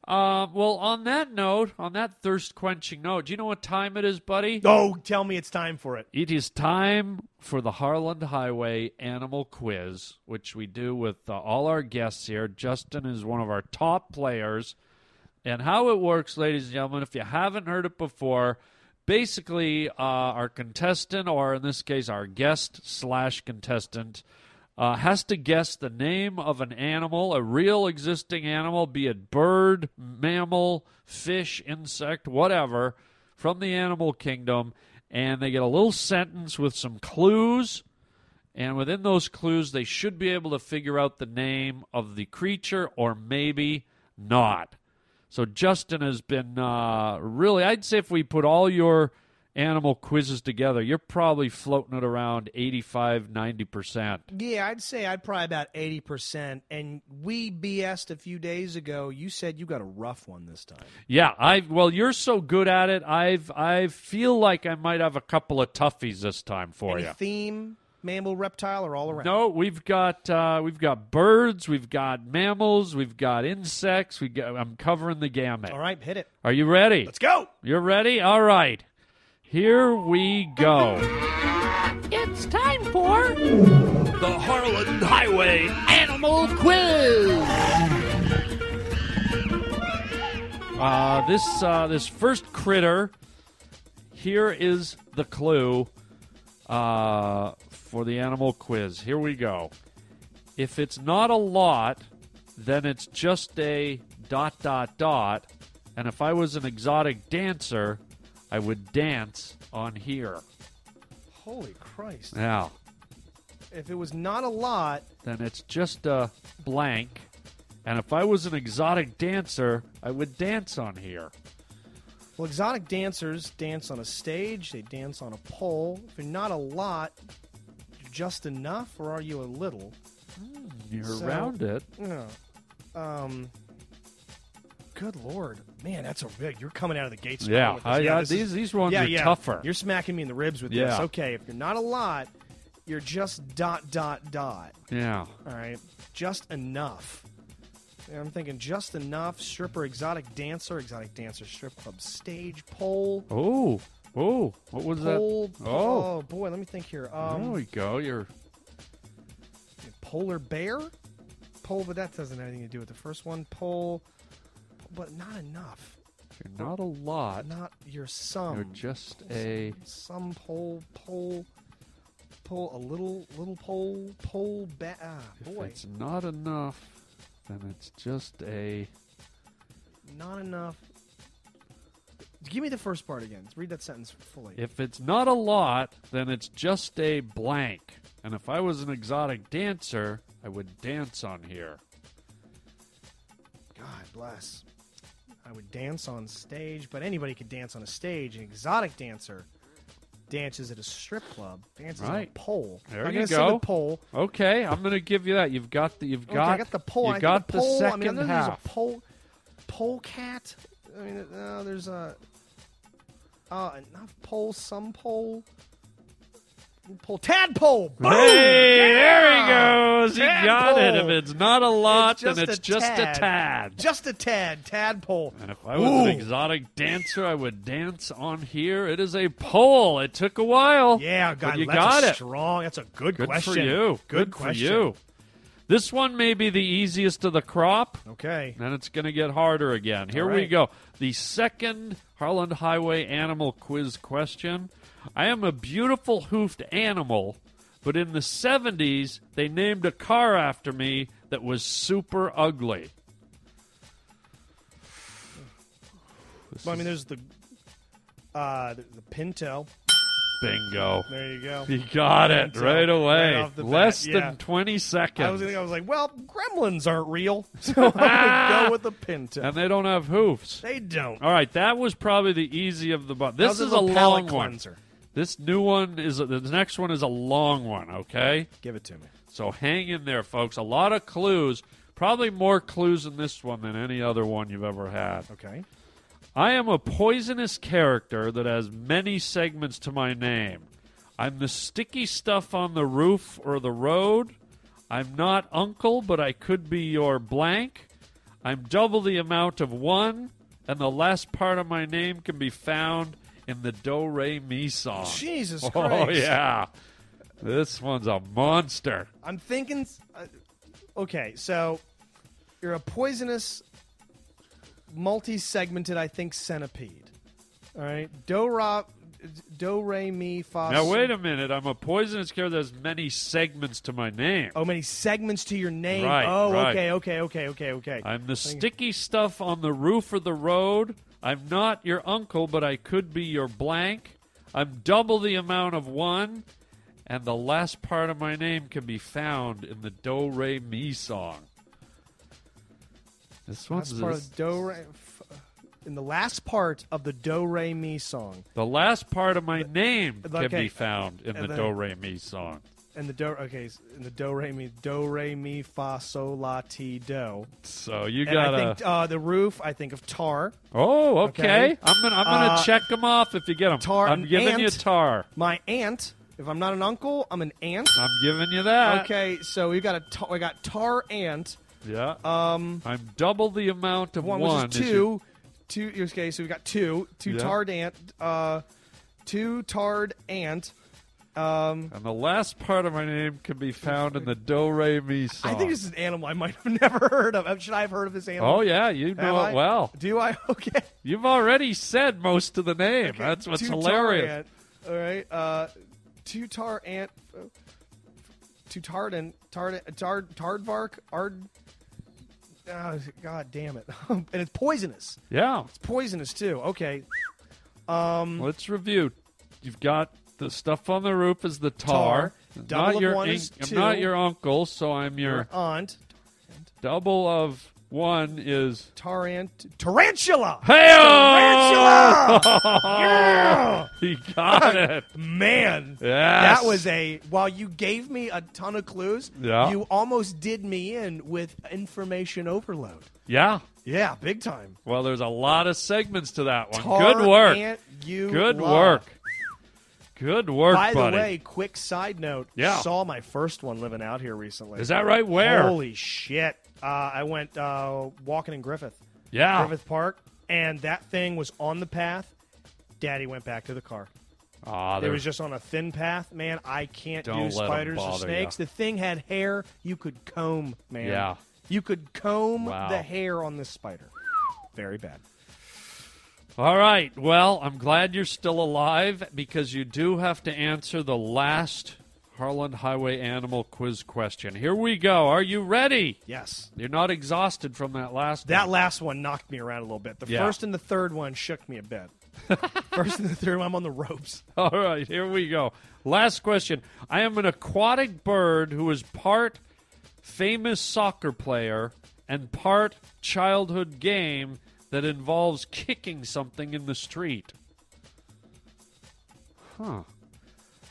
S1: Uh, well, on that note, on that thirst quenching note, do you know what time it is, buddy?
S8: Oh, tell me it's time for it.
S1: It is time for the Harland Highway Animal Quiz, which we do with uh, all our guests here. Justin is one of our top players. And how it works, ladies and gentlemen, if you haven't heard it before, basically uh, our contestant, or in this case, our guest slash contestant, uh, has to guess the name of an animal, a real existing animal, be it bird, mammal, fish, insect, whatever, from the animal kingdom. And they get a little sentence with some clues. And within those clues, they should be able to figure out the name of the creature or maybe not. So Justin has been uh, really, I'd say if we put all your animal quizzes together, you're probably floating it around 85, 90%.
S8: Yeah, I'd say I'd probably about 80%. And we BS'd a few days ago. You said you got a rough one this time.
S1: Yeah, I well, you're so good at it. I've I feel like I might have a couple of toughies this time for
S8: Any
S1: you.
S8: theme, mammal, reptile, or all around?
S1: No, we've got uh, we've got birds, we've got mammals, we've got insects. We got, I'm covering the gamut.
S8: All right, hit it.
S1: Are you ready?
S8: Let's go.
S1: You're ready? All right. Here we go. It's time for the Harlan Highway Animal Quiz. Uh, this uh, this first critter. Here is the clue uh, for the animal quiz. Here we go. If it's not a lot, then it's just a dot dot dot. And if I was an exotic dancer, I would dance on here.
S8: Holy Christ.
S1: Now,
S8: If it was not a lot,
S1: then it's just a blank. And if I was an exotic dancer, I would dance on here.
S8: well, exotic dancers dance on a stage, they dance on a pole. If you're not a lot, you're just enough, or are you a little?
S1: You're
S8: So-
S1: around it.
S8: Yeah. Um. Good lord, man, that's a big. You're coming out of the gates. strong
S1: Yeah,
S8: with this.
S1: I, I,
S8: this
S1: these
S8: is-
S1: these ones
S8: yeah,
S1: are
S8: yeah.
S1: tougher.
S8: You're smacking me in the ribs with this.
S1: Yeah.
S8: Okay, if you're not a lot, you're just dot dot dot.
S1: yeah,
S8: All right, just enough. And I'm thinking just enough. Stripper, exotic dancer, exotic dancer, strip club, stage, pole,
S1: Oh, oh, what was
S8: pole.
S1: that? Oh,
S8: oh boy, let me think here.
S1: there
S8: Um,
S1: we go. You're Oh.
S8: polar bear pole but that doesn't have anything to do with the first one pole but not enough
S1: you're not a lot.
S8: not your some
S1: You're just a
S8: some pole pole pole a little little pole pole ba- ah,
S1: If
S8: boy
S1: it's not enough, then it's just a.
S8: not enough give me the first part again read that sentence fully
S1: If it's not a lot, then it's just a blank. And if I was an exotic dancer, I would dance on here.
S8: god bless i would dance on stage but anybody could dance on a stage an exotic dancer dances at a strip club dances on a
S1: Right.
S8: pole
S1: There
S8: I'm
S1: you
S8: gonna say the
S1: go.
S8: pole
S1: Okay, I'm going to give you that. You've got the. You've
S8: Okay,
S1: got.
S8: I got the pole.
S1: You
S8: I
S1: got
S8: got the pole. I mean,
S1: second
S8: I'm gonna use
S1: half.
S8: a pole, pole cat. I mean, uh, there's a uh, enough pole, some pole, pole, tadpole. Boom!
S1: Hey,
S8: Yeah!
S1: there he goes. He got it. If
S8: Tadpole.
S1: it's not a lot, then it's just
S8: tad.
S1: a tad.
S8: Just a tad, tadpole.
S1: And if I was an
S8: Ooh.
S1: exotic dancer, I would dance on here. It is a pole. It took a while.
S8: Yeah,
S1: but
S8: God,
S1: you
S8: that's
S1: got
S8: a
S1: it.
S8: strong. That's a good,
S1: Good
S8: question.
S1: for you.
S8: Good,
S1: Good
S8: question.
S1: for you. This one may be the easiest of the crop,
S8: Okay.
S1: and it's going to get harder again. Here we
S8: right.
S1: go. The second Harland Highway animal quiz question. I am a beautiful hoofed animal, but in the 70s, they named a car after me that was super ugly.
S8: Well, I mean, there's the uh, the, the Pinto.
S1: Bingo.
S8: There you go.
S1: You got it
S8: So,
S1: right away.
S8: right off the bat,
S1: Less
S8: yeah.
S1: than 20 seconds.
S8: I was, I was like, well, gremlins
S1: [laughs]
S8: aren't real, so I'm gonna go with the Pinto.
S1: and they don't have hoofs.
S8: They don't.
S1: All right, that was probably the easy of the bunch. This
S8: How's
S1: is
S8: it
S1: a
S8: with palate
S1: long one.
S8: cleanser?
S1: This new one is the next one is a long one. Okay,
S8: Give it to me.
S1: so hang in there, folks. A lot of clues. Probably more clues in this one than any other one you've ever had.
S8: Okay.
S1: I am a poisonous character that has many segments to my name. I'm the sticky stuff on the roof or the road. I'm not uncle, but I could be your blank. I'm double the amount of one, and the last part of my name can be found in the Do Re Mi song. [laughs]
S8: Jesus
S1: oh,
S8: Christ.
S1: yeah. This one's a monster.
S8: I'm thinking. Uh, okay, so you're a poisonous, multi-segmented, I think, centipede. All right, do ra, do re mi fa.
S1: Now, wait a minute. I'm a poisonous character that has many segments to my name.
S8: Oh, many segments to your name.
S1: Right,
S8: oh,
S1: right.
S8: okay, okay, okay, okay, okay.
S1: I'm the sticky stuff on the roof of the road. I'm not your uncle, but I could be your blank. I'm double the amount of one, and the last part of my name can be found in the Do Re Mi song. This one's
S8: last part
S1: this-
S8: of do re, f, in the last part of the do re mi song,
S1: the last part of my name
S8: the-
S1: can
S8: okay.
S1: be found in
S8: And
S1: the
S8: then-
S1: Do Re Mi song.
S8: and the do okay, s- in the do re mi do re mi fa sol la ti do.
S1: So you
S8: And
S1: gotta.
S8: I think uh, the roof. I think of tar.
S1: oh, okay.
S8: okay.
S1: I'm gonna I'm gonna
S8: Uh,
S1: check them off if you get them.
S8: tar-
S1: I'm giving you
S8: ant.
S1: tar.
S8: My aunt. If I'm not an uncle, I'm an aunt.
S1: I'm giving you that.
S8: Okay, so we got a tar, we got tar ant.
S1: Yeah. Um, I'm double the amount of
S8: One,
S1: one.
S8: which
S1: as
S8: is
S1: you-
S8: two. Two. Okay, so we got two. Two
S1: Yeah.
S8: tarred ant. Uh, two tarred Um, ant.
S1: and the last part of my name can be found in the Do Re Mi song.
S8: I think this is an animal I might have [laughs] never heard of. Should I have heard of this animal?
S1: Oh yeah, you
S8: Have
S1: know
S8: I?
S1: it well.
S8: Do I? [laughs] Okay.
S1: You've already said most of the name. That's what's
S8: two
S1: hilarious.
S8: Tar ant. All right. Uh, two tar ant. Uh, two tardan. Tard. Tard. Tardvark. Ard. Oh, God damn it! [laughs] and it's poisonous.
S1: Yeah.
S8: Poisonous too. Okay. Mm.
S1: Let's review. You've got the stuff on the roof is the
S8: Tar.
S1: tar.
S8: Double
S1: not
S8: of
S1: your
S8: one is
S1: I'm
S8: two.
S1: not your uncle, so I'm your
S8: Your aunt.
S1: double of one is
S8: Tarant. Tarantula.
S1: [laughs] Hey
S8: Tarantula! Yeah!
S1: [laughs] He
S8: [laughs]
S1: got it.
S8: Oh, Man.
S1: Yes.
S8: That was a. While you gave me a ton of clues,
S1: Yeah.
S8: you almost did me in with information overload.
S1: Yeah.
S8: Yeah, big time.
S1: Well, there's a lot of segments to that one.
S8: Tar
S1: Good work.
S8: Ant you
S1: Good
S8: love.
S1: work. Good work,
S8: By
S1: buddy.
S8: the way, quick side note.
S1: Yeah.
S8: Saw my first one living out here recently.
S1: Is that right? Where?
S8: Holy shit. Uh, I went uh, walking in Griffith,
S1: yeah.
S8: Griffith Park, and that thing was on the path. Daddy went back to the car.
S1: Aw,
S8: It
S1: there-
S8: was just on a thin path, man. I can't
S1: Don't
S8: do
S1: let 'em
S8: spiders or
S1: bother
S8: snakes.
S1: ya.
S8: The thing had hair you could comb, man.
S1: Yeah.
S8: You could comb
S1: Wow.
S8: the hair on this spider. Very bad.
S1: All right. Well, I'm glad you're still alive because you do have to answer the last Harland Highway Animal Quiz question. Here we go. Are you ready?
S8: Yes.
S1: You're not exhausted from that last
S8: That
S1: one.
S8: last one knocked me around a little bit. The
S1: Yeah.
S8: first and the third one shook me
S1: [laughs]
S8: a bit. first and the third one, I'm on the ropes.
S1: All right, here we go. Last question. I am an aquatic bird who is part famous soccer player and part childhood game that involves kicking something in the street.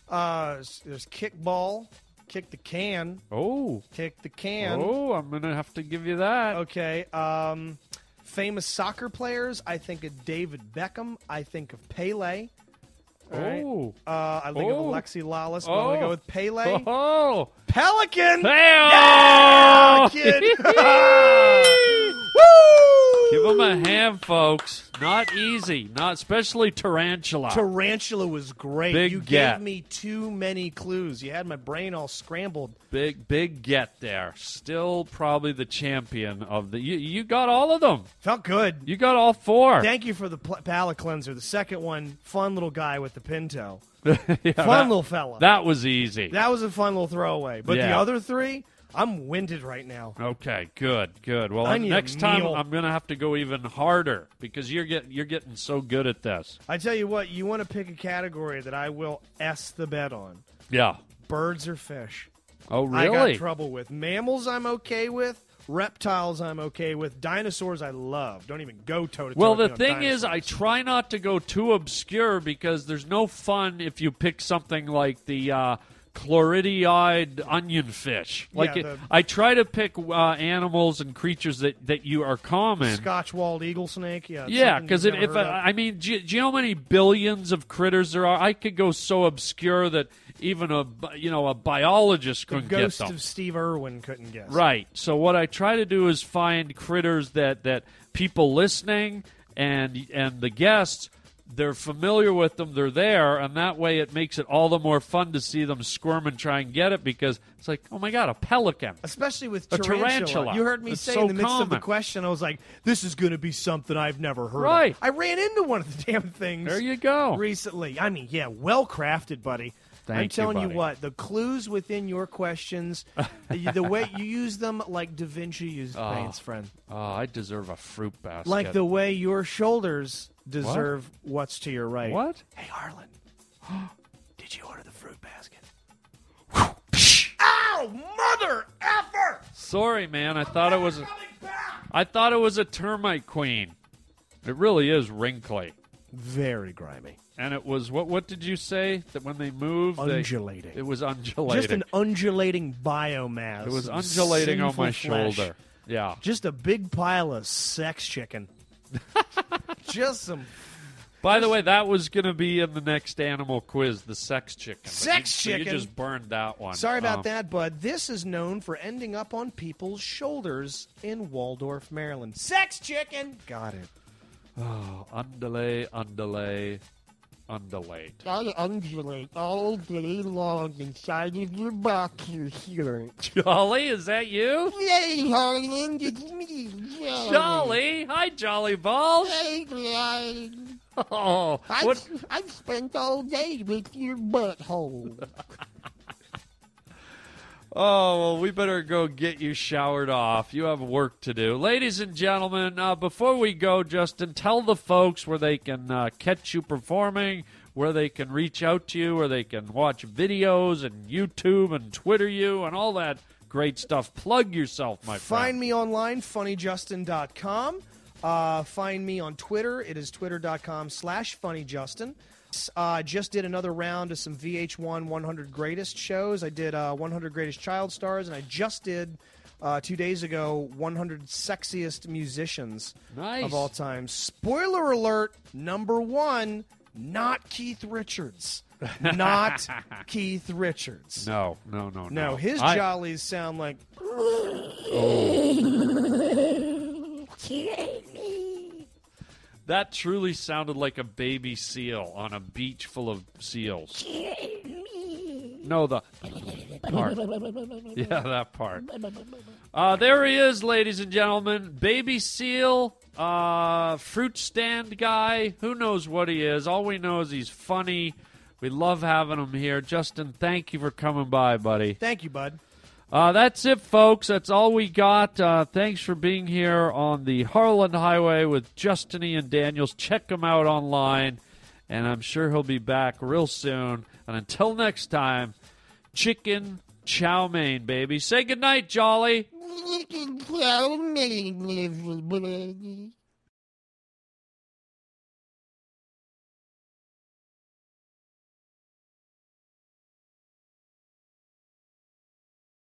S8: Uh, s- there's kickball, kick the can,
S1: Oh.
S8: kick the can.
S1: oh, I'm going to have to give you that.
S8: Okay. Um, famous soccer players. I think of David Beckham. I think of Pele. All right.
S1: Oh.
S8: Uh, I think
S1: Oh.
S8: of Alexi Lawless. But I'm gonna go with Pele.
S1: [laughs] Oh.
S8: Pelican.
S1: Hey-oh! [laughs]
S8: kid. [laughs]
S1: Give
S8: Woo!
S1: them a ham, folks. Not easy. Not especially tarantula.
S8: Tarantula was great.
S1: Uh, Big
S8: you
S1: get.
S8: gave me too many clues. You had my brain all scrambled.
S1: Big big get there. Still probably the champion of the. You, you got all of them.
S8: Felt good.
S1: You got all four.
S8: Thank you for the pl- palate cleanser. The second one, fun little guy with the pinto.
S1: [laughs] Yeah,
S8: Fun
S1: that,
S8: little fella.
S1: that was easy.
S8: That was a fun little throwaway. But the
S1: Yeah.
S8: other three, I'm winded right now.
S1: Okay, good, good. Well,
S8: I
S1: and
S8: need a
S1: next time
S8: meal.
S1: I'm gonna have to go even harder because you're getting you're getting so good at this.
S8: I tell you what, you want to pick a category that I will s the bet on.
S1: Yeah.
S8: Birds or fish?
S1: Oh,
S8: I got
S1: really?
S8: trouble with mammals. I'm okay with reptiles. I'm okay with dinosaurs. I love. Don't even go toe to toe.
S1: Well, the thing is, I try not to go too obscure because there's no fun if you pick something like the uh, chloridiide onion fish. Like
S8: Yeah,
S1: it-
S8: the-
S1: I try to pick uh, animals and creatures that, that you are common.
S8: Scotch walled eagle snake. Yeah, it's
S1: Yeah,
S8: something
S1: because
S8: you've
S1: if,
S8: never
S1: if
S8: heard of.
S1: I, I mean, do you, do you know how many billions of critters there are? I could go so obscure that even a bi- you know a biologist
S8: the
S1: couldn't
S8: ghost
S1: get them.
S8: of Steve Irwin couldn't guess.
S1: Right. So what I try to do is find critters that that people listening and and the guests they're familiar with them, they're there, and that way it makes it all the more fun to see them squirm and try and get it because it's like, oh my god, a pelican.
S8: Especially with
S1: A
S8: tarantula.
S1: tarantula.
S8: You heard me
S1: It's
S8: say
S1: so
S8: in the midst of the
S1: common.
S8: question, I was like, this is going to be something I've never heard
S1: Right.
S8: of. I ran into one of the [laughs] damn things.
S1: There you go.
S8: Recently. I mean, yeah, well crafted, buddy.
S1: Thank
S8: I'm
S1: you,
S8: telling you,
S1: buddy.
S8: what, the clues within your questions,
S1: [laughs]
S8: the, the way you use them like Da Vinci used paints, friend.
S1: Oh, I deserve a fruit basket.
S8: Like the way your shoulders deserve what's to your right.
S1: what?
S8: Hey, Harlan, did you order the fruit basket?
S1: Sorry, man. I thought it was. A, I thought it was a termite queen. It really is ring clay.
S8: Very grimy.
S1: And it was what? What did you say that when they moved? they-
S8: Undulating.
S1: it was undulating.
S8: Just an undulating biomass.
S1: it was
S8: of
S1: undulating on
S8: sinful
S1: my
S8: flesh.
S1: shoulder. Yeah.
S8: Just a big pile of
S1: [laughs]
S8: sex chicken. Just some
S1: By the way, that was going to be in the next animal quiz, the sex chicken. but
S8: Sex
S1: you, so
S8: chicken?
S1: you just burned that one.
S8: Sorry about
S1: Um,
S8: that, bud. This is known for ending up on people's shoulders in Waldorf, Maryland. Sex chicken. Got it.
S1: Undulate, undulate, undulate.
S9: I undulate all day long inside of your boxer shirt.
S1: Jolly, is that you?
S9: Yay, Harlan, it's me, Jolly.
S1: Jolly, hi, Jolly Balls.
S9: Hey, Brian.
S1: Oh,
S9: I,
S1: what?
S9: I spent all day with your butthole.
S1: Oh, well, we better go get you showered off. You have work to do. Ladies and gentlemen, uh, before we go, Justin, tell the folks where they can uh, catch you performing, where they can reach out to you, where they can watch videos and YouTube and Twitter you and all that great stuff. Plug yourself, my
S8: Find
S1: friend.
S8: me online, funnyjustin.com. Uh, find me on Twitter. It is twitter.com slash funnyjustin. Uh, just did another round of some VH1 100 Greatest shows. I did uh, 100 Greatest Child Stars, and I just did uh, two days ago 100 Sexiest Musicians
S1: Nice.
S8: of all time. Spoiler alert number one, not Keith Richards. Not Keith Richards.
S1: No, no, no, no.
S8: No, his
S1: Oh, I-
S8: jollies sound like
S1: That truly sounded like a baby seal on a beach full of seals. No, the part. Yeah, that part. Uh, there he is, ladies and gentlemen. Baby seal, uh, fruit stand guy. Who knows what he is? All we know is he's funny. We love having him here. Justin, thank you for coming by, buddy.
S8: Thank you, bud.
S1: Uh, that's it, folks. That's all we got. Uh, thanks for being here on the Harlan Highway with Justiny and Daniels. Check him out online, and I'm sure he'll be back real soon. And until next time, chicken chow mein, baby. Say goodnight, Jolly.
S9: You can tell me, everybody.